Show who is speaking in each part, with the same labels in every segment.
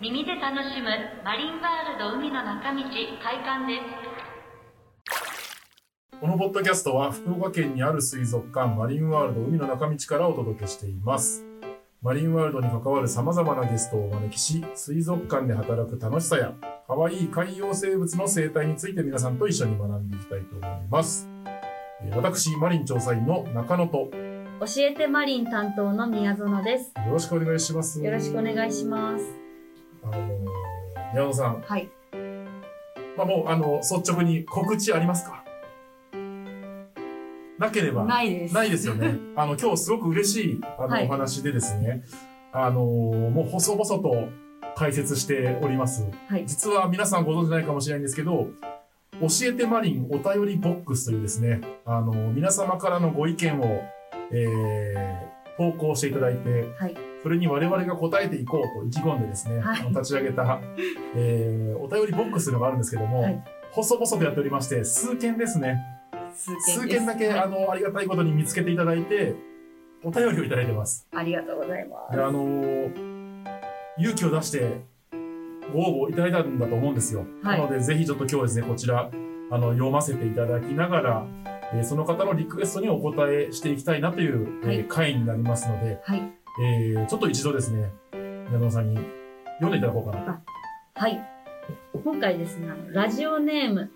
Speaker 1: 耳で楽しむマリンワールド海の中道開館です
Speaker 2: このポッドキャストは福岡県にある水族館マリンワールド海の中道からお届けしています。マリンワールドに関わる様々なゲストをお招きし、水族館で働く楽しさや、可愛い海洋生物の生態について皆さんと一緒に学んでいきたいと思います。えー私、マリン調査員の中野と、よ
Speaker 3: 教えてマリン担当の宮園です。
Speaker 2: ろしくお願いします。
Speaker 3: よろしくお願いします。
Speaker 2: あのー宮野さん、
Speaker 3: はい。
Speaker 2: まあ、もう、あの、率直に告知ありますかなければ。
Speaker 3: ないです。
Speaker 2: ないですよ ね。あの、今日すごく嬉しい、あの、
Speaker 3: はい
Speaker 2: お話でですね、あのーもう細々と解説しております。
Speaker 3: はい
Speaker 2: 実は皆さんご存知ないかもしれないんですけど、教えてマリンお便りボックスというですね、あのー皆様からのご意見を、えー投稿していただいて、
Speaker 3: はい。
Speaker 2: それに我々が答えていこうと意気込んでですね、
Speaker 3: はい
Speaker 2: あの立ち上げた、えーお便りボックスというのがあるんですけども、
Speaker 3: はい
Speaker 2: 細々とやっておりまして、数件ですね。
Speaker 3: 数
Speaker 2: 数件だけ、
Speaker 3: はい
Speaker 2: あの、ありがたいことに見つけていただいて、お便りをいただいてます。
Speaker 3: ありがとうございま
Speaker 2: で、あのー勇気を出して、ご応募いただいたんだと思うんですよ。
Speaker 3: はい
Speaker 2: なので、ぜひちょっと今日ですね、こちら、あの、読ませていただきながら、えーその方のリクエストにお答えしていきたいなという、
Speaker 3: は
Speaker 2: え
Speaker 3: い
Speaker 2: ー回になりますので、
Speaker 3: す。はい。
Speaker 2: えーちょっと一度ですね、宮野さんに読んでいただこうかな。
Speaker 3: はい。今回ですね、あのラジオネーム、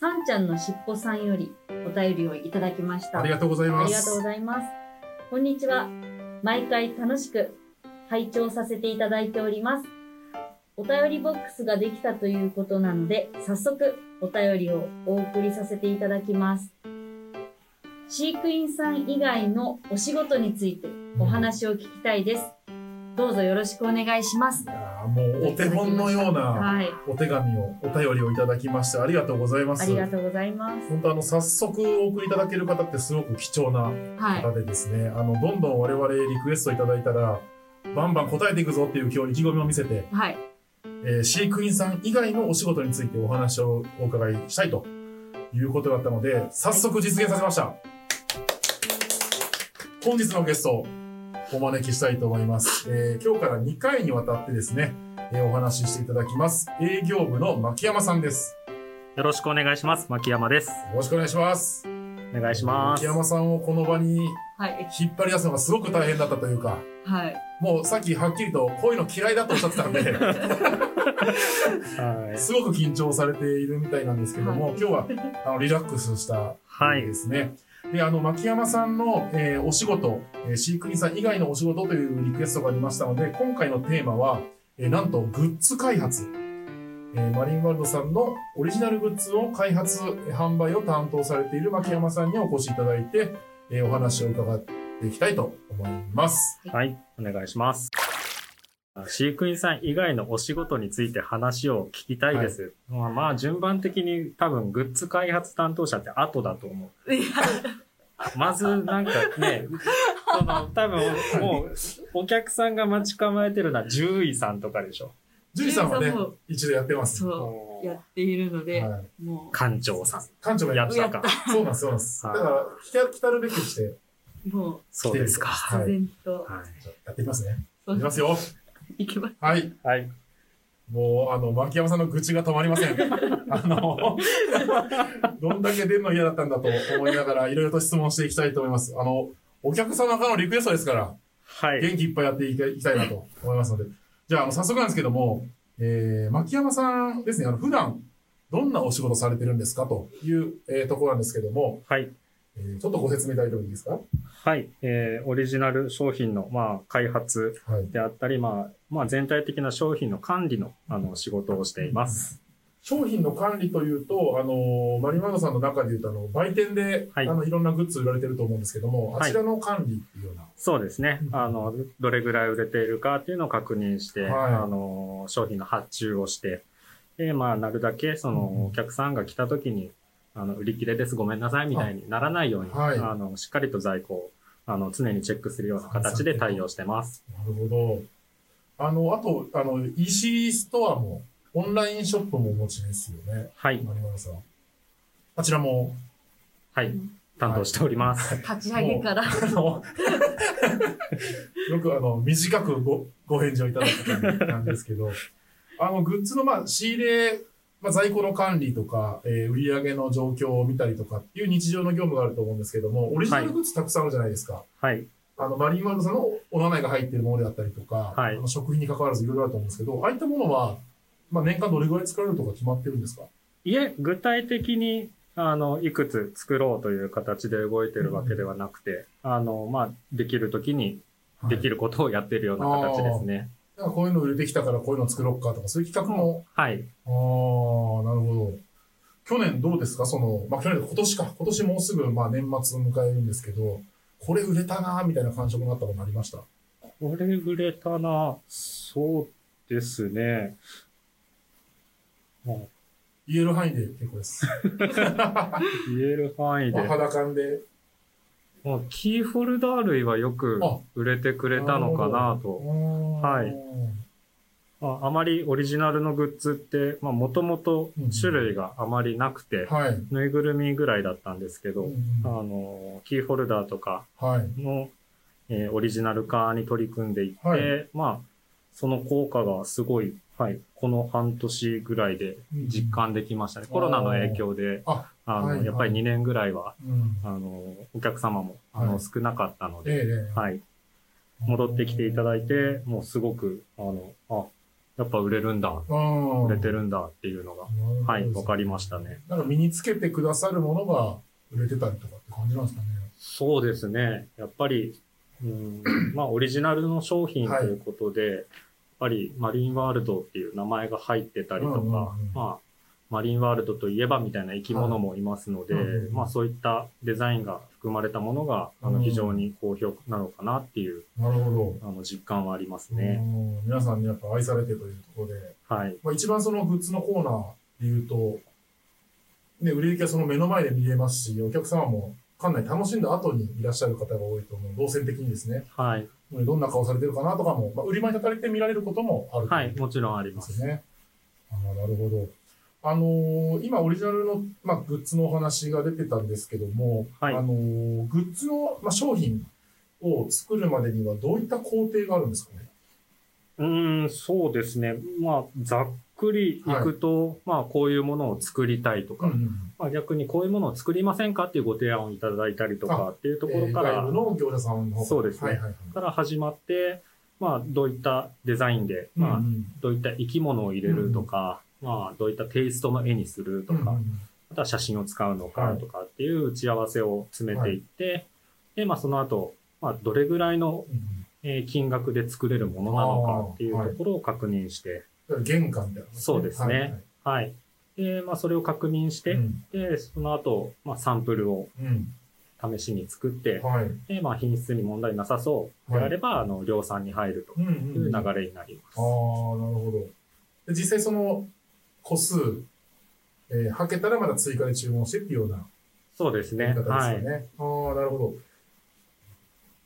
Speaker 3: さんちゃんのしっぽさんよりお便りをいただきました。
Speaker 2: ありがとうござい
Speaker 3: あ
Speaker 2: ま
Speaker 3: り
Speaker 2: す。
Speaker 3: がとうございます。こんにちは。毎回楽しく拝聴させていただいております。お便りボックスができたということなので、早速お便りをお送りさせていただきます。飼育員さん以外のお仕事についてお話を聞きたいです。どうぞよろしくお願いします。
Speaker 2: いやーもうお手本のような
Speaker 3: はい。
Speaker 2: お手紙を、お便りをいただきまして、ありがとうございます。
Speaker 3: ありがとうございます。
Speaker 2: 本当あの早速お送りいただける方ってすごく貴重な
Speaker 3: はい。
Speaker 2: 方でですね、あのどんどん我々リクエストいただいたらバンバン答えていくぞっていう今日意気込みを見せて、
Speaker 3: はい。
Speaker 2: えー飼育員さん以外のお仕事についてお話をお伺いしたいということだったので早速実現させました本日のゲストをお招きしたいと思います、えー今日から2回にわたってですね、えーお話ししていただきます営業部の牧山さんです
Speaker 4: よろしくお願いします。牧山です。
Speaker 2: よろしくお願いします
Speaker 4: お願いします。
Speaker 2: 牧山さんをこの場に
Speaker 3: はい。
Speaker 2: 引っ張り出すのがすごく大変だったというか、
Speaker 3: はい。
Speaker 2: もうさっきはっきりとこういうの嫌いだとおっしゃってたんで、
Speaker 4: はい。
Speaker 2: すごく緊張されているみたいなんですけども、今日はあのリラックスした
Speaker 4: はい
Speaker 2: ですね。で、あの、牧山さんの、えーお仕事、えー飼育員さん以外のお仕事というリクエストがありましたので、今回のテーマは、えーなんとグッズ開発。えーマリンワールドさんのオリジナルグッズを開発、えー販売を担当されている牧山さんにお越しいただいて、えーお話を伺っていきたいと思います。
Speaker 4: はい。お願いします。飼育員さん以外のお仕事について話を聞きたいです。まあまあ、順番的に多分グッズ開発担当者って後だと思う。まずなんか ね、その多分もうお客さんが待ち構えてるのは獣医さんとかでしょ。
Speaker 2: ジュリさんはね
Speaker 5: ジュリさんも、
Speaker 2: 一度やってます。
Speaker 5: そやっているので、
Speaker 2: はい
Speaker 5: も
Speaker 4: 館長さ
Speaker 2: 館長が
Speaker 4: ん。
Speaker 2: や
Speaker 4: や
Speaker 2: っ
Speaker 4: ってたか。
Speaker 2: た。そうなんです、そうなんです。だ
Speaker 4: は
Speaker 2: か
Speaker 4: い
Speaker 2: ら、来た来たるべきして、
Speaker 5: う、も
Speaker 4: そうですか。
Speaker 5: う、
Speaker 2: は
Speaker 5: 自
Speaker 2: い。
Speaker 5: 然と、
Speaker 4: は
Speaker 2: じゃあやっていきますね。
Speaker 5: そ
Speaker 2: いうきますよ。
Speaker 5: いきます。
Speaker 2: はい。
Speaker 4: い。はい。
Speaker 2: もう、あの、牧山さんの愚痴が止まりま せん。あの、 どんだけ出るの嫌だったんだと思いながら、いろいろと質問していきたいと思います。あの、お客様からのリクエストですから、
Speaker 4: はい。
Speaker 2: 元気いっぱいやっていきたいなと思いますので。じゃあ、あの、早速なんですけども、えー、牧山さんですね、あの、普段、どんなお仕事されてるんですかという、えーところなんですけども、
Speaker 4: はい。
Speaker 2: えーちょっとご説明いただいてもいいですか
Speaker 4: はい。えーオリジナル商品の、まあ、開発
Speaker 2: はい。
Speaker 4: であったり、まあ、まあ、全体的な商品の管理の、あの、仕事をしています。
Speaker 2: 商品の管理というと、あの、マリマードさんの中でいうと、あの、売店で、
Speaker 4: はい
Speaker 2: あの、いろんなグッズ売られてると思うんですけども、あ
Speaker 4: はい
Speaker 2: ちらの管理っていうような。
Speaker 4: そうですね。あの、どれぐらい売れているかっていうのを確認して、
Speaker 2: はい
Speaker 4: あの、商品の発注をして、で、まあ、なるだけ、そ
Speaker 2: うんうん
Speaker 4: の、お客さんが来た時に、あの、売り切れです、ごめんなさい、みたいにならないように、
Speaker 2: はい
Speaker 4: あの、しっかりと在庫を、あの、常にチェックするような形で対応してます。
Speaker 2: なるほど。あの、あと、あの、EC ストアも、オンラインショップもお持ちですよね、
Speaker 4: はい。
Speaker 2: マリマードさん。あちらも、
Speaker 4: はい。担当しております。
Speaker 5: 立ち上げから、
Speaker 2: あの、 よくあの、短くご、ご返事をいただいたんですけど、あの、グッズの、まあ、仕入れ、まあ、在庫の管理とか、えー売り上げの状況を見たりとかっていう日常の業務があると思うんですけども、オリジナルグッズたくさんあるじゃないですか。
Speaker 4: はい。
Speaker 2: あの、マリンワールドさんのお名前が入ってるものであったりとか、
Speaker 4: はい
Speaker 2: あの食品に関わらずいろいろあると思うんですけど、ああいったものは、まあ、年間どれぐらい作られるとか決まってるんですか
Speaker 4: いえ、具体的に、あの、いくつ作ろうという形で動いてるわけではなくて、あの、まあ、できる時に、でき
Speaker 2: る。
Speaker 4: ることをやってるような形ですね。
Speaker 2: なんかこういうの売れてきたからこういうの作ろうかとか、そういう企画も。
Speaker 4: はい。
Speaker 2: ああ、なるほど。去年どうですかその、まあ、去年、今年か。今年もうすぐ、まあ、年末を迎えるんですけど、これ売れたなーみたいな感触になったことありました。
Speaker 4: これ売れたな。そうですね。も
Speaker 2: 言える範囲で結構です。
Speaker 4: う言える範囲
Speaker 2: まあ、
Speaker 4: で。
Speaker 2: 肌感で。
Speaker 4: もうキーホルダー類はよく
Speaker 2: あ
Speaker 4: 売れてくれたのかなと。は。
Speaker 2: はい
Speaker 4: まああまりオリジナルのグッズって、まあもともと種類があまりなくて、
Speaker 2: はい。
Speaker 4: ぬいぐるみぐらいだったんですけど、
Speaker 2: うん
Speaker 4: あの、キーホルダーとか
Speaker 2: はい。
Speaker 4: の、えーオリジナル化に取り組んでいって、
Speaker 2: はい
Speaker 4: まあ、その効果がすごい、はい、この半年ぐらいで実感できましたね。
Speaker 2: うん
Speaker 4: コロナの影響で、
Speaker 2: あ
Speaker 4: あの、
Speaker 2: はい
Speaker 4: やっぱり2年ぐらいは、
Speaker 2: うん。
Speaker 4: あの、お客様も、あ
Speaker 2: は
Speaker 4: の、
Speaker 2: い
Speaker 4: 少なかったので、
Speaker 2: ええええ
Speaker 4: はい、戻ってきていただいて、もうすごく、あの、あ、やっぱ売れるんだ、
Speaker 2: 売
Speaker 4: 売れて。るんだっていうのが、はい、わかりましたね。
Speaker 2: なんか身につけてくださるものが売れてたりとかって感じなんですかね。
Speaker 4: そうですね。やっぱり、うん、まあ、オリジナルの商品ということで、やっぱりマリンワールドっていう名前が入ってたりとか、
Speaker 2: うんうんうん
Speaker 4: まあ、マリンワールドといえばみたいな生き物もいますので、
Speaker 2: はいうんうん
Speaker 4: まあ、そういったデザインが含まれたものが、あ
Speaker 2: う
Speaker 4: の、
Speaker 2: ん
Speaker 4: 非常に好評なのかなっていう、
Speaker 2: なるほ
Speaker 4: あの、実感はあります
Speaker 2: ど。
Speaker 4: ね。
Speaker 2: うん皆さんにやっぱ愛されてというところで、
Speaker 4: はい。
Speaker 2: まあ、一番そのグッズのコーナーで言うと、ね、売れ行きはその目の前で見れますし、お客様もかなり楽しんだ後にいらっしゃる方が多いと思う。動線的にですね。
Speaker 4: はい。
Speaker 2: どんな顔されてるかなとかも、まあ、売り場に立たれて見られることもあると
Speaker 4: はい、もちろんありま。
Speaker 2: ですすね。あーなるほど。あのー今オリジナルの、まあ、グッズのお話が出てたんですけども、
Speaker 4: はい
Speaker 2: あのーグッズの、まあ、商品を作るまでにはどういった工程があるんですかね。
Speaker 4: うーん、そうですね。まあ、ざっくりいくと、まあ、こういうものを作りたいとか、まあ、逆にこういうものを作りませんかっていうご提案をいただいたりと
Speaker 2: あ
Speaker 4: かっていうと
Speaker 2: と
Speaker 4: ころから、
Speaker 2: 外部の業者さんの方
Speaker 4: そうですね
Speaker 2: はいはいはい。
Speaker 4: から始まって、まあ、どういったデザインで、
Speaker 2: う
Speaker 4: まあ、
Speaker 2: ん
Speaker 4: どういった生き物を入れるとか、まあ、どういったテイストの絵にする
Speaker 2: う
Speaker 4: と
Speaker 2: ん
Speaker 4: か、あとは写真を使うのかとかっていう打ち合わせを詰めていって、で、まあ、その後、まあ、どれぐらいの
Speaker 2: うん
Speaker 4: えー金額で作れるものなのかっていうところを確認して、
Speaker 2: うん玄関ってあるん
Speaker 4: そうですねはい。で、まあ、それを確認して、
Speaker 2: はいはい
Speaker 4: で、その後、まあ、サンプルを
Speaker 2: うん
Speaker 4: 試しに作って
Speaker 2: うん、はい
Speaker 4: で、まあ、品質に問題なさそうであれば、あの、量産に入る
Speaker 2: うん
Speaker 4: と
Speaker 2: う
Speaker 4: い
Speaker 2: ん
Speaker 4: う
Speaker 2: う
Speaker 4: 流
Speaker 2: んああなる
Speaker 4: れになります。
Speaker 2: ほど。で実際その個数、えー、はけたらまだ追加で注文してっていうような
Speaker 4: そうです
Speaker 2: や
Speaker 4: ね。
Speaker 2: り方
Speaker 4: は
Speaker 2: です
Speaker 4: い
Speaker 2: よ。ね。ああ、なるほど。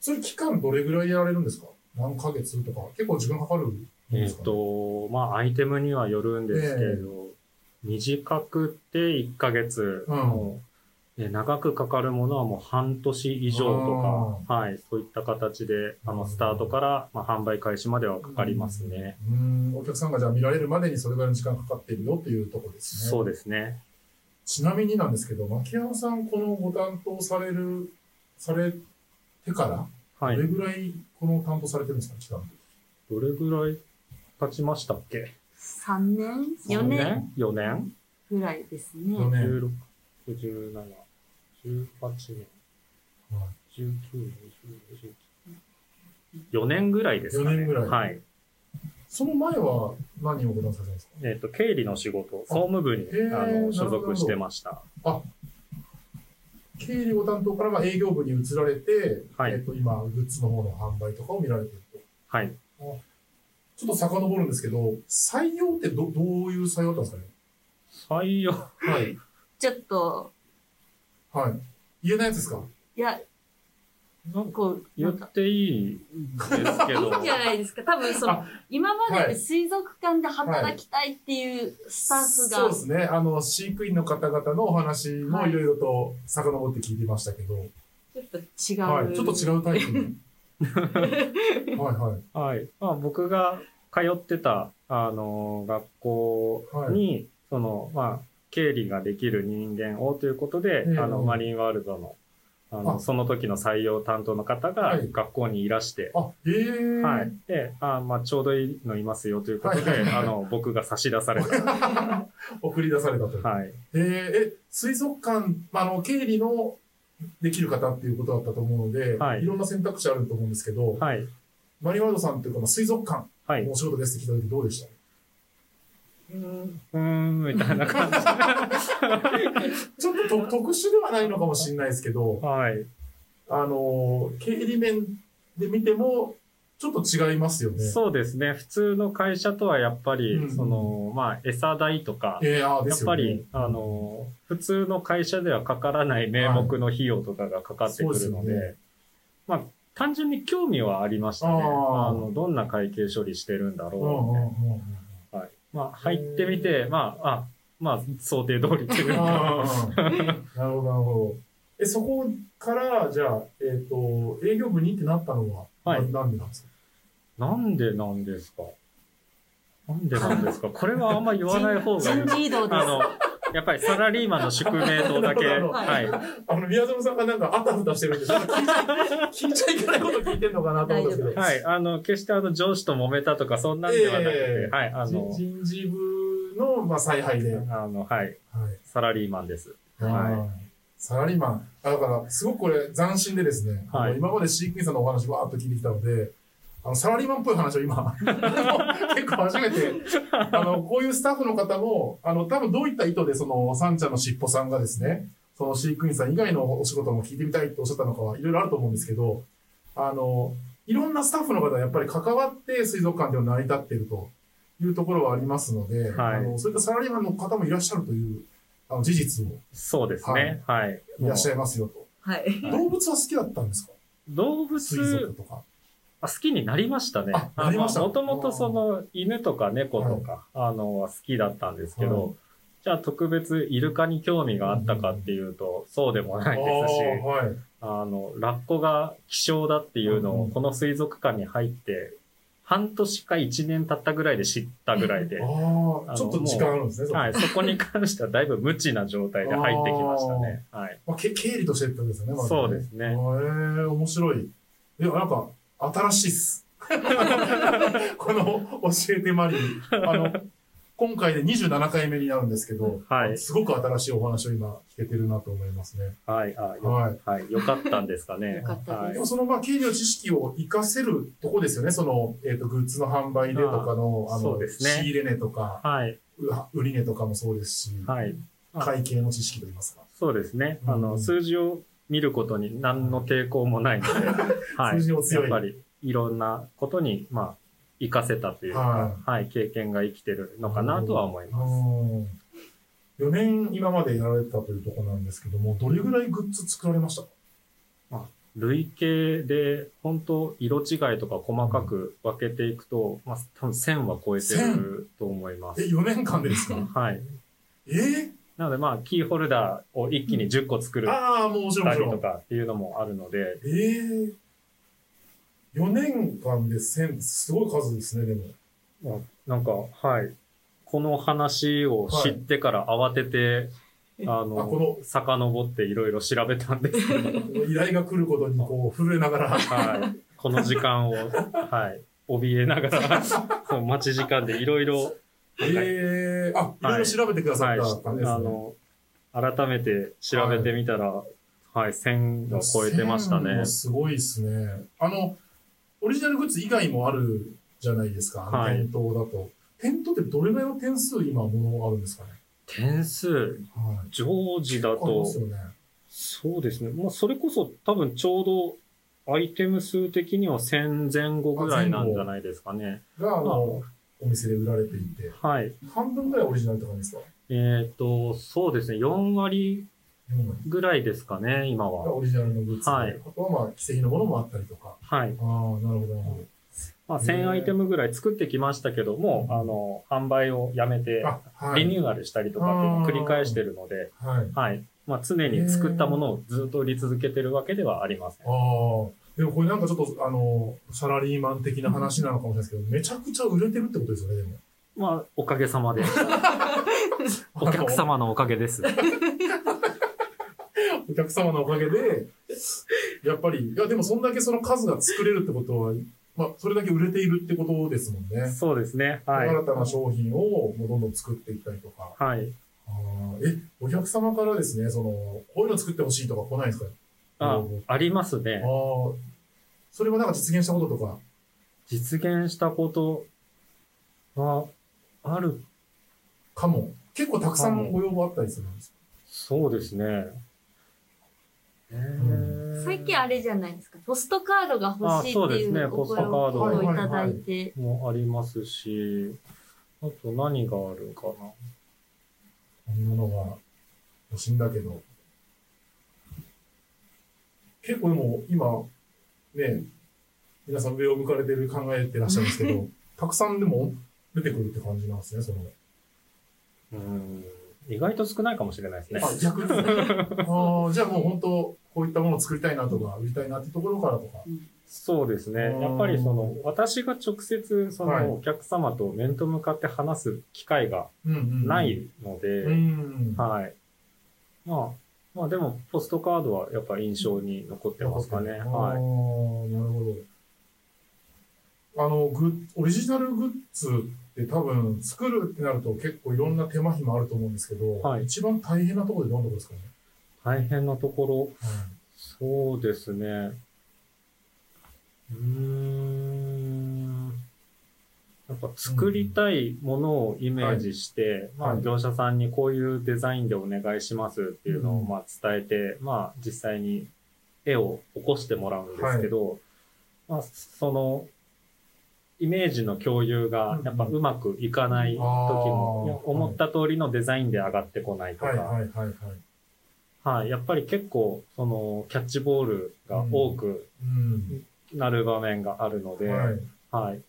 Speaker 2: それ期間どれぐらいやられるんですか何ヶ月とか。結構時間かかるん
Speaker 4: え
Speaker 2: で
Speaker 4: っ
Speaker 2: すか、ね
Speaker 4: と、まあ、アイテムにはよるんですけれど、短くて1ヶ月、
Speaker 2: うん
Speaker 4: もうえ長くかかるものはもう半年以上とか、はい、そういった形で、あ
Speaker 2: う
Speaker 4: の、
Speaker 2: ん
Speaker 4: スタートから、まあ、販売開始まではかかりますね。
Speaker 2: うーん、お客さんがじゃあ見られるまでにそれぐらいの時間かかってるよっていうところですね。
Speaker 4: そうですね。
Speaker 2: ちなみになんですけど、牧山さん、このご担当される、されてから、
Speaker 4: は
Speaker 2: ど
Speaker 4: い
Speaker 2: れ。ぐらいこの担当されてるんですか、期間。
Speaker 4: どれぐらい経ちましたっけ
Speaker 5: 3年4年
Speaker 4: ?4 年
Speaker 5: ぐらいですね。
Speaker 2: 四年
Speaker 4: 16、17、18年、19年、4年ぐらいですかね。
Speaker 2: 四年ぐらい
Speaker 4: はい。
Speaker 2: その前は何をご担当されてるんですか
Speaker 4: えっ、と、経理の仕事、総務部に
Speaker 2: あへー
Speaker 4: あ
Speaker 2: なるほど
Speaker 4: の所属してました。
Speaker 2: 経理ご担当からまあ営業部に移られて、
Speaker 4: はい
Speaker 2: えっと、今、グッズの方の販売とかを見られてると。
Speaker 4: はい。
Speaker 2: ちょっと遡るんですけど、採用ってどどういう採用だったんです
Speaker 4: 採用。
Speaker 2: かねはい。
Speaker 5: ちょっと、
Speaker 2: はい。言えないやつですか
Speaker 5: いや、
Speaker 4: なんか
Speaker 5: こう、な
Speaker 4: 言
Speaker 5: んか
Speaker 4: っていいですけ
Speaker 5: い
Speaker 4: ど。
Speaker 5: いんじゃないですか。多分その、今までって水族館で働きたいっていうスタンスが、
Speaker 2: そうですね。あの、飼育員の方々のお話もいろいろと遡って聞いてましたけど、
Speaker 5: ちょっと違う。
Speaker 2: はい。ちょっと違う タイプの。はいはい。
Speaker 4: はい。まあ、僕が通ってた、あの、学校に、その、まあ、経理ができる人間をということで、
Speaker 2: うん
Speaker 4: あの、マリンワールドの、あの、
Speaker 2: あ
Speaker 4: その時の採用担当の方
Speaker 2: は
Speaker 4: が
Speaker 2: い
Speaker 4: 学校にいらして、
Speaker 2: あ、えー。
Speaker 4: はい。で、あまあ、ちょうどいいのいますよということで、
Speaker 2: はいはいはい
Speaker 4: あの、僕が差し出 された。
Speaker 2: 送り出されたという。
Speaker 4: はい。
Speaker 2: えーえ、水族館、まあ、あの、経理のできる方っていうことだったと思うので、
Speaker 4: はい
Speaker 2: いろんな選択肢あると思うんですけど、
Speaker 4: はい。
Speaker 2: マリンワールドさんというか、まあ、水族館
Speaker 4: はい。
Speaker 2: の
Speaker 4: う
Speaker 2: お仕事ですって聞いた時どうでし
Speaker 4: ーん、みたいな感じ。
Speaker 2: たちょっとと特殊ではないのかもしれないですけど、
Speaker 4: はい。
Speaker 2: あの、経理面で見ても、ちょっと違いますよね。
Speaker 4: そうですね。普通の会社とはやっぱり、
Speaker 2: うん
Speaker 4: その、まあ、餌代とか、
Speaker 2: えー、あーで
Speaker 4: や
Speaker 2: す
Speaker 4: っ
Speaker 2: よ
Speaker 4: ぱ
Speaker 2: ね。
Speaker 4: り、あの、普通の会社ではかからない名目の費用とかがかかってくるので、
Speaker 2: そうですよね
Speaker 4: まあ、単純に興味はありましたね。
Speaker 2: あ
Speaker 4: あ
Speaker 2: ー
Speaker 4: の、どんな会計処理してるんだ
Speaker 2: うんうん
Speaker 4: ろ
Speaker 2: うん
Speaker 4: う。はい。まあ、入ってみて、まあ、あ、まあ、想定通りとい
Speaker 2: う
Speaker 4: う
Speaker 2: ん。あ
Speaker 4: か、
Speaker 2: ーなるほど、なるほど。え、そこから、じゃあ、えっ、と、営業部にってなったのは、
Speaker 4: はい
Speaker 2: ななんでなんですか
Speaker 4: なんでなんですかなんでなんですかこれはあんま言わない 方がいい
Speaker 5: 人。事異動で
Speaker 4: あ
Speaker 5: す。
Speaker 4: の、やっぱりサラリーマンの宿命とだけ、
Speaker 2: なるほど
Speaker 4: はい。
Speaker 2: あの、宮園さんがなんかあたふたしてるんで、なんか聞いちゃい聞いちゃいけないこと聞いてんのかなと思うんですけど。
Speaker 4: はい。あの、決してあの、上司と揉めたとか、そんなんではなくて、
Speaker 2: ええ
Speaker 4: はい。あの
Speaker 2: 人、人事部の、まあ、采配で。はい。
Speaker 4: あの、はい。サラリーマンです。
Speaker 2: はい。サラリーマン。あだから、すごくこれ、斬新でですね、
Speaker 4: は
Speaker 2: あ
Speaker 4: い
Speaker 2: の今まで飼育員さんのお話わーっと聞いてきたので、あの、サラリーマンっぽい話を今、 結構初め て、あの、こういうスタッフの方も、あの、多分どういった意図で、その、サンちゃんのしっぽさんがですね、その飼育員さん以外のお仕事も聞いてみたいっておっしゃったのかは、いろいろあると思うんですけど、あの、いろんなスタッフの方がやっぱり関わって水族館では成り立っているというところはありますので、
Speaker 4: はい
Speaker 2: あのそういったサラリーマンの方もいらっしゃるという、あの、事実を
Speaker 4: そうですね。はい。
Speaker 2: いらっしゃ
Speaker 4: も
Speaker 2: いますよと。
Speaker 5: はい。
Speaker 4: はい
Speaker 2: 動物は好きだったんですか
Speaker 4: う動
Speaker 2: 水族
Speaker 4: 物、
Speaker 2: とか。
Speaker 4: あ好きになりましたね。
Speaker 2: あなりました
Speaker 4: もともとその、犬とか猫とか、あの、は好きだったんですけど、
Speaker 2: は
Speaker 4: じゃあ特別イルカに興味があったかっていうと、そうでもないですし、
Speaker 2: あーはい。
Speaker 4: あの、ラッコが希少だっていうの
Speaker 2: う
Speaker 4: を、
Speaker 2: ん
Speaker 4: この水族館に入って、半年か一年経ったぐらいで知ったぐらいで、
Speaker 2: ああ、ちょっと時間あるんですね。そこ
Speaker 4: はい、そこに関してはだいぶ無知な状態で入ってきましたね。はい。
Speaker 2: まあ、け経理としてってことですよね、まず
Speaker 4: そうですね
Speaker 2: へえ面白い。え、なんか、新しいっす。 この、教えてマリン。あの、今回で27回目になるんですけど、
Speaker 4: はい。
Speaker 2: すごく新しいお話を今聞けてるなと思いますね。
Speaker 4: はい。あよ
Speaker 2: はい。
Speaker 4: はい。よかったんですかね
Speaker 5: よ。かった
Speaker 4: は
Speaker 5: で
Speaker 2: ですも。そのまあ経理の知識を活かせるとこですよね。その、えっ、と、グッズの販売でとかの、
Speaker 4: あー
Speaker 2: あ
Speaker 4: そ
Speaker 2: の、
Speaker 4: うですね
Speaker 2: 仕入れ値とか、
Speaker 4: はい。
Speaker 2: う売り値とかもそうですし、
Speaker 4: はい。はい
Speaker 2: 会計の知識といいますか。
Speaker 4: そうですね。あ
Speaker 2: う
Speaker 4: の、
Speaker 2: ん
Speaker 4: 数字を見ることに何の抵抗もないので、 は
Speaker 2: 数字も
Speaker 4: い。
Speaker 2: 強
Speaker 4: や
Speaker 2: い
Speaker 4: っぱり、いろんなことに、まあ、活かせたという
Speaker 2: は
Speaker 4: か、はい。経験が生きてるのかなとは思います。
Speaker 2: うん4年今までやられてたというところなんですけども、どれぐらいグッズ作られましたか
Speaker 4: 累計で、本当色違いとか細かく分けていくと、まあ、多分1000は超えてると思いま
Speaker 2: え、
Speaker 4: す。
Speaker 2: 4年間でです か
Speaker 4: はい。
Speaker 2: えー
Speaker 4: なので、まあ、キーホルダーを一気に10個作る
Speaker 2: ああ、もうもちろん
Speaker 4: た
Speaker 2: もち
Speaker 4: り
Speaker 2: ろ
Speaker 4: と
Speaker 2: ん。
Speaker 4: かっていうのもあるので、
Speaker 2: えー、4年間で1000、すごい数ですね、でも。
Speaker 4: もうなんか、はい。この話を知ってから慌てて、あ
Speaker 2: あこ
Speaker 4: の、遡っていろいろ調べたんですけ ど、
Speaker 2: この依頼が来ることにこう、震えながら。
Speaker 4: はい。この時間を、はい。怯えながら、そう待ち時間でいろいろ、
Speaker 2: ええあ、いろいろ調べてくださ
Speaker 4: は
Speaker 2: っ
Speaker 4: い。
Speaker 2: た感じです
Speaker 4: あ
Speaker 2: ね。
Speaker 4: の、改めて調べてみたら、はい、1000を超えてました
Speaker 2: 線
Speaker 4: ね
Speaker 2: も。すごいですね。あの、オリジナルグッズ以外もあるじゃないですか、あの
Speaker 4: はい
Speaker 2: 店頭だと。店頭ってどれぐらいの点数今ものあるんですかね。
Speaker 4: 点数、
Speaker 2: はい。
Speaker 4: 常時だ
Speaker 2: ありま
Speaker 4: と、
Speaker 2: すよね。
Speaker 4: そうですね。まあ、それこそ多分ちょうどアイテム数的には1000前後ぐらいなんじゃないですかね。
Speaker 2: が、あの、お店で売られていて。
Speaker 4: はい。
Speaker 2: 半分ぐらいオリジナルって感じですか
Speaker 4: えっ、と、そうですね。4割
Speaker 2: 4割
Speaker 4: ぐらいですかね、今
Speaker 2: が
Speaker 4: は。
Speaker 2: オリジナルのグッズで。
Speaker 4: はい
Speaker 2: あとはまあ、既製品のものもあったりとか。
Speaker 4: は
Speaker 2: ああ、な
Speaker 4: い。
Speaker 2: るほど、なるほど。
Speaker 4: まあ、
Speaker 2: へー
Speaker 4: 1000アイテムぐらい作ってきましたけども、あの、販売をやめて、
Speaker 2: あ、は
Speaker 4: リ
Speaker 2: い。
Speaker 4: ニューアルしたりとかっていうのを繰り返してるので、
Speaker 2: はい。
Speaker 4: はい。まあ、常に作ったものをずっと売り続けてるわけではありません。
Speaker 2: ああ。でもこれなんかちょっと、あの、サラリーマン的な話なのかもしれないですけど、めちゃくちゃ売れてるってことですよね、でも。
Speaker 4: まあ、おかげ さまで。お客様のおかげです。
Speaker 2: お客様のおかげで、やっぱり、いや、でもそんだけその数が作れるってことは、まあ、それだけ売れているってことですもんね。
Speaker 4: そうですね。はい。
Speaker 2: 新たな商品をもうどんどん作っていったりとか。
Speaker 4: はい。
Speaker 2: あーえ、お客様からですね、その、こういうの作ってほしいとか来ないですか
Speaker 4: あ
Speaker 2: 応募、
Speaker 4: あります
Speaker 2: あ
Speaker 4: ね。
Speaker 2: ーそれはなんか実現したこととか。
Speaker 4: 実現したことは、ある、
Speaker 2: かも。結構たくさんご要望あったりするんです
Speaker 4: そうですね。えー
Speaker 5: 最近あれじゃないですか。ポストカードが欲しい
Speaker 4: あそ
Speaker 5: っ
Speaker 4: う
Speaker 5: て
Speaker 4: で
Speaker 5: い
Speaker 4: すね
Speaker 5: うお声
Speaker 4: ポストカ
Speaker 2: ード
Speaker 5: をいただいて。
Speaker 4: もありますし、あと何があるかな。
Speaker 2: こんなのが欲しいんだけど。結構でも今、ね、皆さん上を向かれてる考えてらっしゃるんですけど、たくさんでも出てくるって感じなんですね、その。
Speaker 4: うん。意外と少ないかもしれないですね。
Speaker 2: あ、 逆に。あーじゃあもう本当、こういったものを作りたいなとか、売りたいなってところからとか。
Speaker 4: そうですね。
Speaker 2: うん
Speaker 4: やっぱりその、私が直接、そ
Speaker 2: はい
Speaker 4: の、お客様と面と向かって話す機会が
Speaker 2: うんうん。
Speaker 4: な。いので、
Speaker 2: うん。
Speaker 4: はい。まあ、まあでも、ポストカードはやっぱ印象に残ってますかね。
Speaker 2: あー
Speaker 4: はい。
Speaker 2: なるほど。あの、グッオリジナルグッズって多分作るってなると結構いろんな手間暇あると思うんですけど、
Speaker 4: はい
Speaker 2: 一番大変なところでどんなところですかね。
Speaker 4: 大変なところ、
Speaker 2: はい
Speaker 4: そうですね。うーん。やっぱ作りたいものをイメージして、
Speaker 2: はいはい
Speaker 4: まあ業者さんにこういうデザインでお願いしますっていうの
Speaker 2: う
Speaker 4: を
Speaker 2: ん
Speaker 4: まあ伝えて、まあ実際に絵を起こしてもらうんですけど、まあそのイメージの共有がやっぱうまくいかない時も、
Speaker 2: うん
Speaker 4: いや思った通りのデザインで上がってこないとか、
Speaker 2: はいはいはいはい。
Speaker 4: はい、やっぱり結構、その、キャッチボールが多く
Speaker 2: うん。
Speaker 4: なる場面があるので、
Speaker 2: は
Speaker 4: はい。
Speaker 2: い。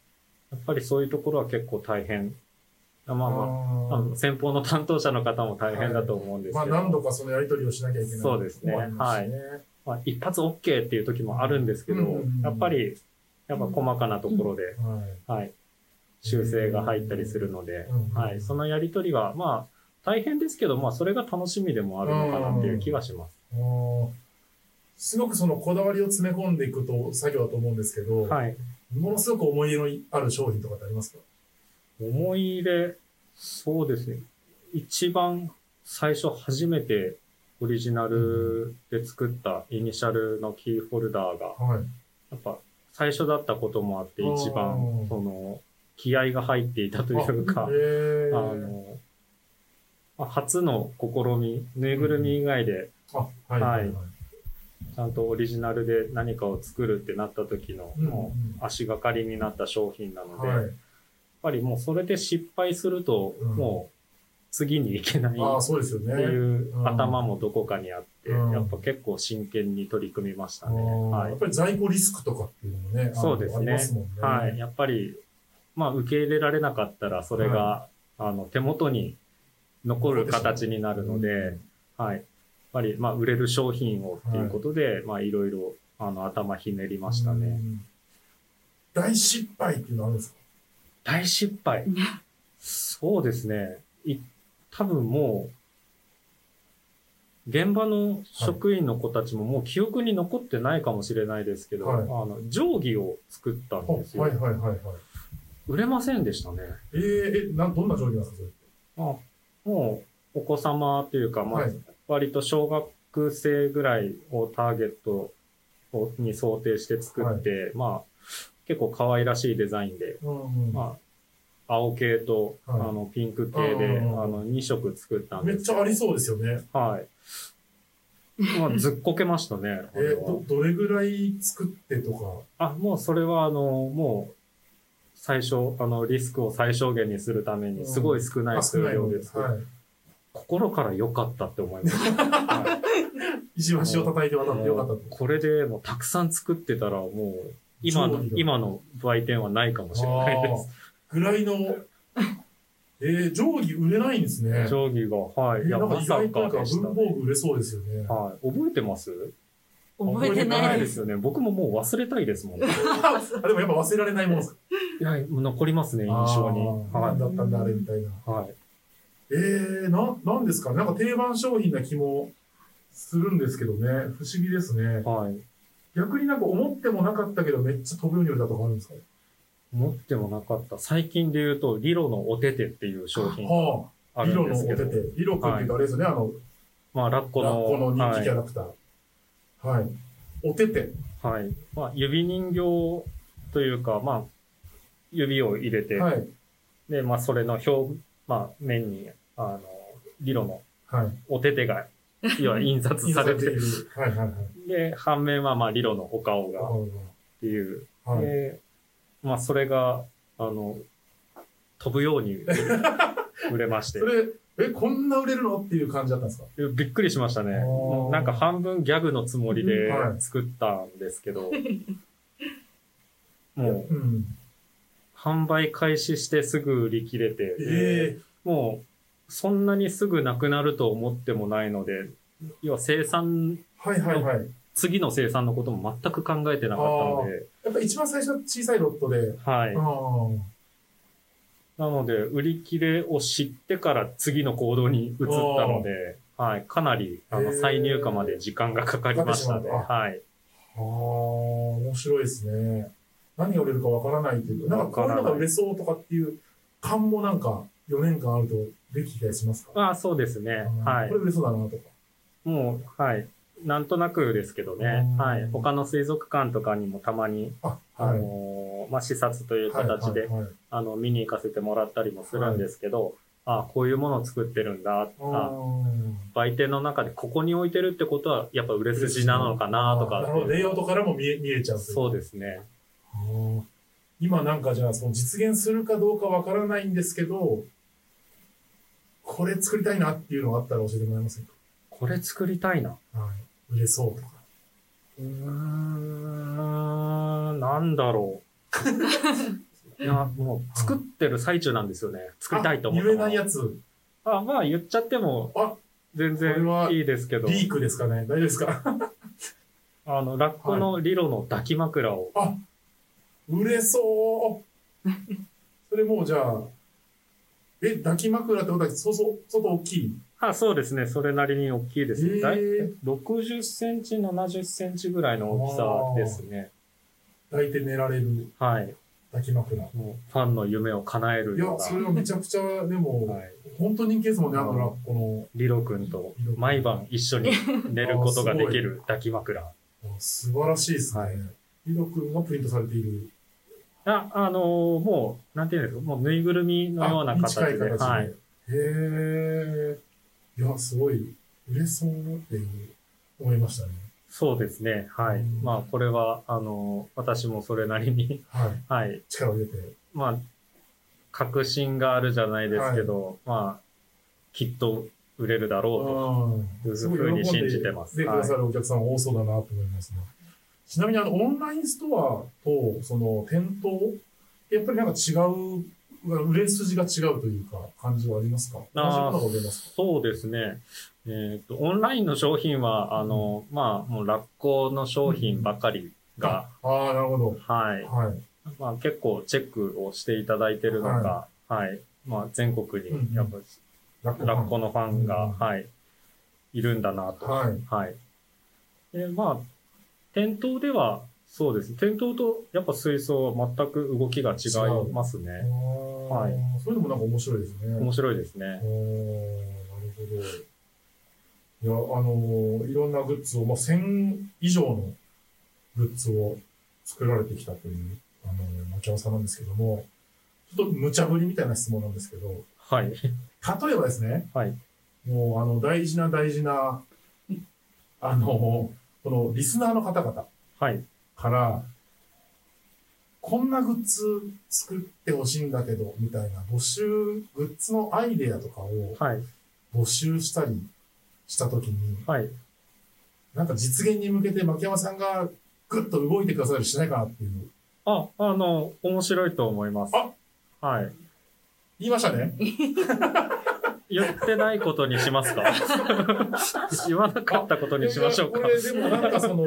Speaker 4: やっぱりそういうところは結構大変。あまあま
Speaker 2: あ
Speaker 4: あ、あ
Speaker 2: ー
Speaker 4: の先方の担当者の方も大変だと思うんです
Speaker 2: まあ
Speaker 4: けど、まあ、
Speaker 2: 何度かそのやり取りをしなきゃいけない
Speaker 4: そうですね
Speaker 2: ところもありますしね
Speaker 4: 一発 OK っていう時もあるんですけど、
Speaker 2: うん
Speaker 4: やっぱり、やっぱ細かなところで、
Speaker 2: はい
Speaker 4: はい、修正が入ったりするので、
Speaker 2: うん
Speaker 4: はい、そのやりとりは、まあ、大変ですけど、まあ、それが楽しみでもあるのかなっていう気はします。
Speaker 2: あーすごくそのこだわりを詰め込んでいくと作業だと思うんですけど、
Speaker 4: はい。
Speaker 2: ものすごく思い入れのある商品とかってありますか
Speaker 4: 思い入れ、そうですね。一番最初初めてオリジナルで作ったイニシャルのキーホルダーが、
Speaker 2: はい。
Speaker 4: やっぱ最初だったこともあって一
Speaker 2: おー
Speaker 4: 番、その、気合が入っていたというか、
Speaker 2: へー
Speaker 4: あの、まあ初の試み、ぬいぐるみ以外で
Speaker 2: あ、はいはいはい。
Speaker 4: ちゃんとオリジナルで何かを作るってなった時の、
Speaker 2: うん
Speaker 4: もう足がかりになった商品なので、
Speaker 2: はい。
Speaker 4: やっぱりもうそれで失敗すると、
Speaker 2: うん
Speaker 4: もう次に行けない
Speaker 2: ああ、
Speaker 4: っ
Speaker 2: そうですよね。
Speaker 4: ていう
Speaker 2: うん
Speaker 4: 頭もどこかにあって、
Speaker 2: うん
Speaker 4: やっぱ結構真剣に取り組みましたね。
Speaker 2: あー
Speaker 4: は
Speaker 2: やっ
Speaker 4: い。
Speaker 2: ぱり在庫リスクとかっていうのもね、あの
Speaker 4: そうですね
Speaker 2: ありますもんね。
Speaker 4: はい。やっぱり、まあ受け入れられなかったら、それが、あの、手元に残る形になるので、はい。やっぱり、まあ売れる商品をっていうことで、まあいろいろ、あの、頭ひねりました
Speaker 2: う
Speaker 4: ね。
Speaker 2: ん大失敗っていうのはあるんですか
Speaker 4: 大失敗。そうですね。い、多分もう、現場の職員の子たちももう記憶に残ってないかもしれないですけど、
Speaker 2: はい
Speaker 4: あの、定規を作ったんです
Speaker 2: あ
Speaker 4: よ。
Speaker 2: はいはいはいはい。
Speaker 4: 売れませんでしたね。
Speaker 2: えー、え、なんどんな商品なんですかそれって
Speaker 4: まあ、もう、お子様というか、まあ、
Speaker 2: はい
Speaker 4: 割と小学生ぐらいをターゲットをに想定して作って、まあ、結構可愛らしいデザインで
Speaker 2: うん
Speaker 4: まあ、青系と、
Speaker 2: はい
Speaker 4: あのピンク系で、
Speaker 2: うんうんうん
Speaker 4: あの2色作った
Speaker 2: うんん。め
Speaker 4: で
Speaker 2: っ
Speaker 4: す
Speaker 2: ちゃありそうですよね。
Speaker 4: はい、まあ、ずっこけましたね
Speaker 2: え
Speaker 4: あれ
Speaker 2: ー、
Speaker 4: は
Speaker 2: ど、どれぐらい作ってとか。
Speaker 4: あもうそれはあのもう最小あのリスクを最小限にするため
Speaker 2: うん
Speaker 4: にすごい少ない
Speaker 2: あ、少
Speaker 4: 数
Speaker 2: ない
Speaker 4: 量
Speaker 2: ので
Speaker 4: で。す、
Speaker 2: はい。
Speaker 4: 心から良かったって思い ました、はい
Speaker 2: 石橋を叩いて渡ってよかったと。
Speaker 4: これでもうたくさん作ってたらもう今
Speaker 2: 上
Speaker 4: の
Speaker 2: 位が
Speaker 4: 今の売店はないかもしれないです
Speaker 2: ぐらいの、えー、定規売れないんですね。
Speaker 4: 定規がは
Speaker 2: え
Speaker 4: いい
Speaker 2: ー
Speaker 4: や
Speaker 2: なんか
Speaker 4: ま
Speaker 2: 意
Speaker 4: さ
Speaker 2: 外となん
Speaker 4: か
Speaker 2: か
Speaker 4: でした
Speaker 2: 文
Speaker 4: ね
Speaker 2: 房具売れそうですよ ね。
Speaker 4: はい、覚えてます
Speaker 5: 覚えて
Speaker 2: 覚えて
Speaker 5: な
Speaker 2: ない
Speaker 5: い
Speaker 4: で
Speaker 5: です。
Speaker 4: すよね。僕ももう忘れたいですもん。
Speaker 2: あでもやっぱ忘れられないものですか。
Speaker 4: いや、残りますね、印象に。
Speaker 2: あー
Speaker 4: は
Speaker 2: だったんだ、あれみたいな。
Speaker 4: い。はい。
Speaker 2: えー、な、なんですかね。なんか定番商品な気もするんですけどね。不思議ですね。
Speaker 4: はい。
Speaker 2: 逆になんか思ってもなかったけど、めっちゃ飛ぶように売れたとかあるんですか
Speaker 4: 持ってもなかった。最近で言うと、リロのおててっていう商品
Speaker 2: は
Speaker 4: あ
Speaker 2: あ、
Speaker 4: る
Speaker 2: リロ
Speaker 4: んで
Speaker 2: のお
Speaker 4: すけ
Speaker 2: て
Speaker 4: ど、
Speaker 2: て。リロくんっていうとあれですよね。あの、
Speaker 4: まあ、ラッコ
Speaker 2: ラッ
Speaker 4: の、
Speaker 2: コの人気キャ
Speaker 4: は
Speaker 2: ラクター。はい。おてて。
Speaker 4: い。はい。まあ、指人形というか、まあ、指を入れて、
Speaker 2: はい。
Speaker 4: で、まあ、それの表、まあ、面に、あの、リロの
Speaker 2: はい。
Speaker 4: おててが、要 は印刷されて、
Speaker 2: はいはいはい。
Speaker 4: で、反面は、まあ、リロのお顔がっ
Speaker 2: は
Speaker 4: ていう、
Speaker 2: い。
Speaker 4: で、まあ、それが、あの、飛ぶように 売れ売れまして
Speaker 2: そ。れ、え、こんな売れるのっていう感じだったんですか
Speaker 4: びっくりしましたね
Speaker 2: お。ー
Speaker 4: なんか半分ギャグのつもりで
Speaker 2: はい
Speaker 4: 作ったんですけど、 もう
Speaker 2: うん。
Speaker 4: 販売開始してすぐ売り切れて、
Speaker 2: え
Speaker 4: もうそんなにすぐなくなると思ってもないので、要は生産、
Speaker 2: ー、はいはいはい。
Speaker 4: 次の生産のことも全く考えてなかったので、
Speaker 2: やっぱ一番最初は小さいロットで。
Speaker 4: はい
Speaker 2: あ。あ。
Speaker 4: なので、売り切れを知ってから次の行動に移ったので、はい、かなりあの
Speaker 2: へー
Speaker 4: 再入荷まで時間がかかりましたね。
Speaker 2: かかってしまった
Speaker 4: はい。
Speaker 2: ああ、面白いですね。何が売れるかわからないというか、なんかこういうのが売れそうとかっていう感もなんか4年間あるとできたりしますか
Speaker 4: ああ、そうですね。は
Speaker 2: あーこれ売れそうだなとか。
Speaker 4: い。もう、はい。なんとなくですけどね
Speaker 2: うん。
Speaker 4: はい。他の水族館とかにもたまに、
Speaker 2: あ、
Speaker 4: あ
Speaker 2: はい。
Speaker 4: のーまあ、視察という形で、
Speaker 2: はいはいはい
Speaker 4: あの、見に行かせてもらったりもするんですけど、ああ、こういうものを作ってるんだ。あ
Speaker 2: あ
Speaker 4: 売店の中でここに置いてるってことは、やっぱ売れ筋なのかなと
Speaker 2: ー
Speaker 4: か
Speaker 2: なるほど。レイアウトからも見え見えちゃうとい
Speaker 4: そうですね。
Speaker 2: ああ今なんかじゃあその実現するかどうかわからないんですけど、これ作りたいなっていうのがあったら教えてもらえませんか、
Speaker 4: これ作りたいな。
Speaker 2: はい、売れそうとか。
Speaker 4: うーん、なんだろ う。いや、もう作ってる最中なんですよね。作りたいと思
Speaker 2: あ
Speaker 4: った
Speaker 2: 言
Speaker 4: も
Speaker 2: え
Speaker 4: の
Speaker 2: ないやつ、
Speaker 4: あ、まあ言っちゃっても
Speaker 2: あ、
Speaker 4: 全
Speaker 2: これ
Speaker 4: 然
Speaker 2: はい
Speaker 4: いですけど、
Speaker 2: リークですかね大丈夫ですか
Speaker 4: あの、ラッコのリロの抱き枕を、
Speaker 2: あ、売れそう それもうじゃあ、え、抱き枕ってことは、そうそう、相当大きい。
Speaker 4: あ、そうですね、それなりに大きいです
Speaker 2: へー
Speaker 4: ね。だい60センチ、70センチぐらいの大きさですね。
Speaker 2: 抱いて寝られる
Speaker 4: はい。
Speaker 2: 抱き枕。い
Speaker 4: もうファンの夢を叶えるよ
Speaker 2: や、そうれはめちゃくちゃ、でも、
Speaker 4: な、はい、
Speaker 2: 本当に人気ですもんね、あのラッコの。
Speaker 4: リロ君と
Speaker 2: リロ君
Speaker 4: 毎晩一 緒に寝ることができる抱き枕。
Speaker 2: あ素晴らしいですね。リロ君がプリントされている。
Speaker 4: あ、あのーもう、なんていうんですか、もうぬいぐるみのような形
Speaker 2: あに
Speaker 4: で、
Speaker 2: 近い形で。
Speaker 4: はい。
Speaker 2: へえ。いや、すごい、売れそうっていう思いましたね。
Speaker 4: そうですね、はい。
Speaker 2: うん
Speaker 4: まあ、これは、あのー私もそれなりに、
Speaker 2: はい。
Speaker 4: はい、
Speaker 2: 力を入れて。
Speaker 4: まあ、確信があるじゃないですけど、まあ、きっと売れるだろ
Speaker 2: う
Speaker 4: そういうふうに信じてます
Speaker 2: でくださるお客さん多そうだなと思いますね。ちなみに、あの、オンラインストアと、その、店頭、やっぱりなんか違う、売れ筋が違うというか、感じはありますか
Speaker 4: うと。あ
Speaker 2: 同じものが売れ
Speaker 4: ー
Speaker 2: ます
Speaker 4: そうですね。えっ、と、オンラインの商品は、あの、まあ、もうラッコの商品ばかりが、
Speaker 2: かああ、なるほど。
Speaker 4: はい。
Speaker 2: はい。
Speaker 4: まあ、結構チェックをしていただいてるのか、はい、まあ、全国
Speaker 2: うん
Speaker 4: に、やっぱ、
Speaker 2: ラッ
Speaker 4: ラッコのファンが、
Speaker 2: うん
Speaker 4: はい、いるんだなと。
Speaker 2: はい。
Speaker 4: はい。で、まあ、店頭では、そうですね。店頭とやっぱ水槽は全く動きが違いますね。。
Speaker 2: はいそういうのもなんか面白いですね。
Speaker 4: 面白いです
Speaker 2: おーな
Speaker 4: ね。
Speaker 2: るほど。いや、あのーいろんなグッズを、まあ、1000以上のグッズを作られてきたという、あのー、牧山さんなんですけども、ちょっと無茶ぶりみたいな質問なんですけど、
Speaker 4: はい。
Speaker 2: 例えばですね、
Speaker 4: はい
Speaker 2: もう、あの、大事な大事な、あのーこのリスナーの方々
Speaker 4: はい。
Speaker 2: から、こんなグッズ作ってほしいんだけど、みたいな募集、グッズのアイデアとかを
Speaker 4: はい。
Speaker 2: 募集したりしたときに、
Speaker 4: はい。
Speaker 2: なんか実現に向けて牧山さんがぐっと動いてくださるしないかなっていう。
Speaker 4: あ、あの、面白いと思います。はい。
Speaker 2: 言いましたね。
Speaker 4: 言ってないことにしま すか言わなかったことにしましょうか
Speaker 2: いやいやこれでもなんかその、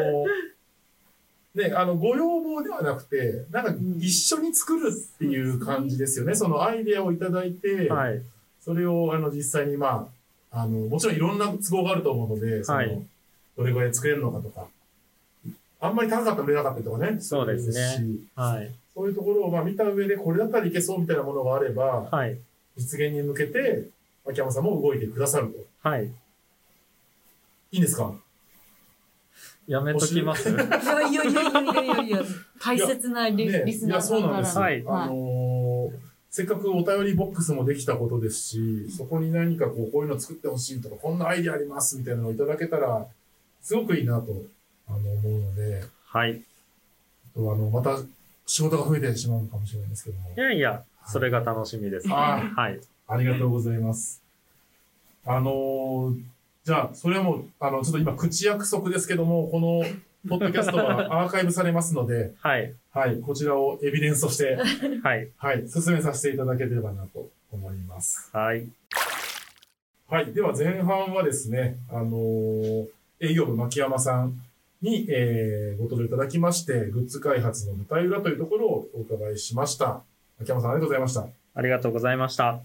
Speaker 2: ね、あの、ご要望ではなくて、なんか一緒に作るっていう感じですよね。そのアイデアをいただいて、
Speaker 4: はい。
Speaker 2: それをあの実際にまあ、あの、もちろんいろんな都合があると思うので、その
Speaker 4: はい
Speaker 2: どれぐらい作れるのかとか、あんまり高かったら売れなかったりとかね。
Speaker 4: そうですね
Speaker 2: し
Speaker 4: はい。
Speaker 2: そういうところをまあ見た上で、これだったらいけそうみたいなものがあれば、
Speaker 4: はい。
Speaker 2: 実現に向けて、秋山さんも動いてくださると。
Speaker 4: はい。
Speaker 2: いいんですか
Speaker 4: やめときます。
Speaker 5: いやいやいやいやいやいや、大切なリ,、
Speaker 2: ね
Speaker 5: リスナーさんか
Speaker 2: いやそうなん
Speaker 5: ら
Speaker 2: です、
Speaker 5: の。
Speaker 4: は
Speaker 5: はい
Speaker 4: い
Speaker 2: あのーせっかくお便りボックスもできたことですし、そこに何かこう、こういうの作ってほしいとか、こんなアイディアありますみたいなのをいただけたら、すごくいいなとあの思うので、
Speaker 4: はい。
Speaker 2: あのまた仕事が増えてしまうのかもしれないですけども
Speaker 4: い。やいや、それが楽しみです。
Speaker 2: あ
Speaker 4: はい。
Speaker 2: ありがとうございます。あのーじゃあ、それはもう、あの、ちょっと今、口約束ですけども、この、ポッドキャストはアーカイブされますので、
Speaker 4: はい。
Speaker 2: はい、こちらをエビデンスとして、
Speaker 4: はい。
Speaker 2: はい、進めさせていただければなと思います。
Speaker 4: はい。
Speaker 2: はい。では前半はですね、あのー営業部牧山さんに、えーご登場いただきまして、グッズ開発の舞台裏というところをお伺いしました。牧山さんありがとうございました。
Speaker 4: ありがとうございました。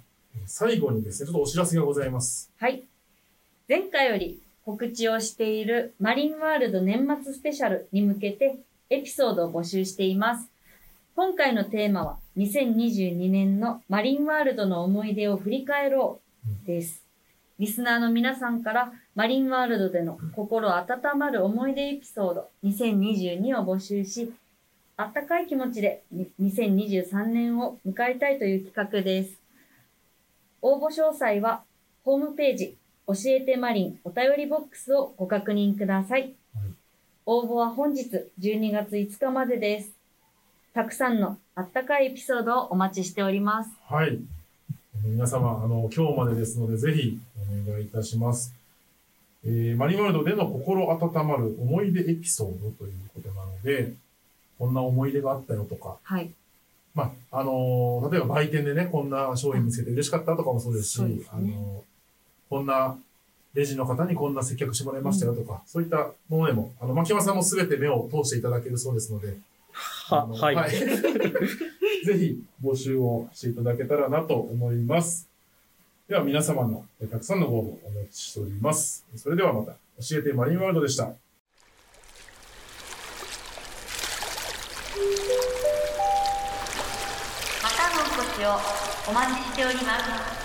Speaker 2: 最後にですね、ちょっとお知らせがございます。
Speaker 3: はい。前回より告知をしているマリンワールド年末スペシャルに向けてエピソードを募集しています。今回のテーマは2022年のマリンワールドの思い出を振り返ろうです。リスナーの皆さんからマリンワールドでの心温まる思い出エピソード2022を募集し、あったかい気持ちで2023年を迎えたいという企画です。応募詳細はホームページ、教えてマリンお便りボックスをご確認ください。応募は本日12月5日までです。たくさんのあったかいエピソードをお待ちしております。
Speaker 2: はい。皆様、あの、今日までですので、ぜひお願いいたします。えーマリンワールドでの心温まる思い出エピソードということなので、こんな思い出があったよとか、
Speaker 5: はい。
Speaker 2: まあ、あのー例えば売店でね、こんな商品見つけて嬉しかったとかもそうですし、
Speaker 5: そうですね
Speaker 2: あのーこんなレジの方にこんな接客してもらいましたよとか、そういったものでも、あの、牧山さんもすべて目を通していただけるそうですので、あ
Speaker 4: は、
Speaker 2: の
Speaker 4: はい。
Speaker 2: ぜひ募集をしていただけたらなと思います。では皆様のえたくさんのご応募お待ちしております。それではまた、教えてマリンワールドでした。
Speaker 1: またのお越しをお待ちしております。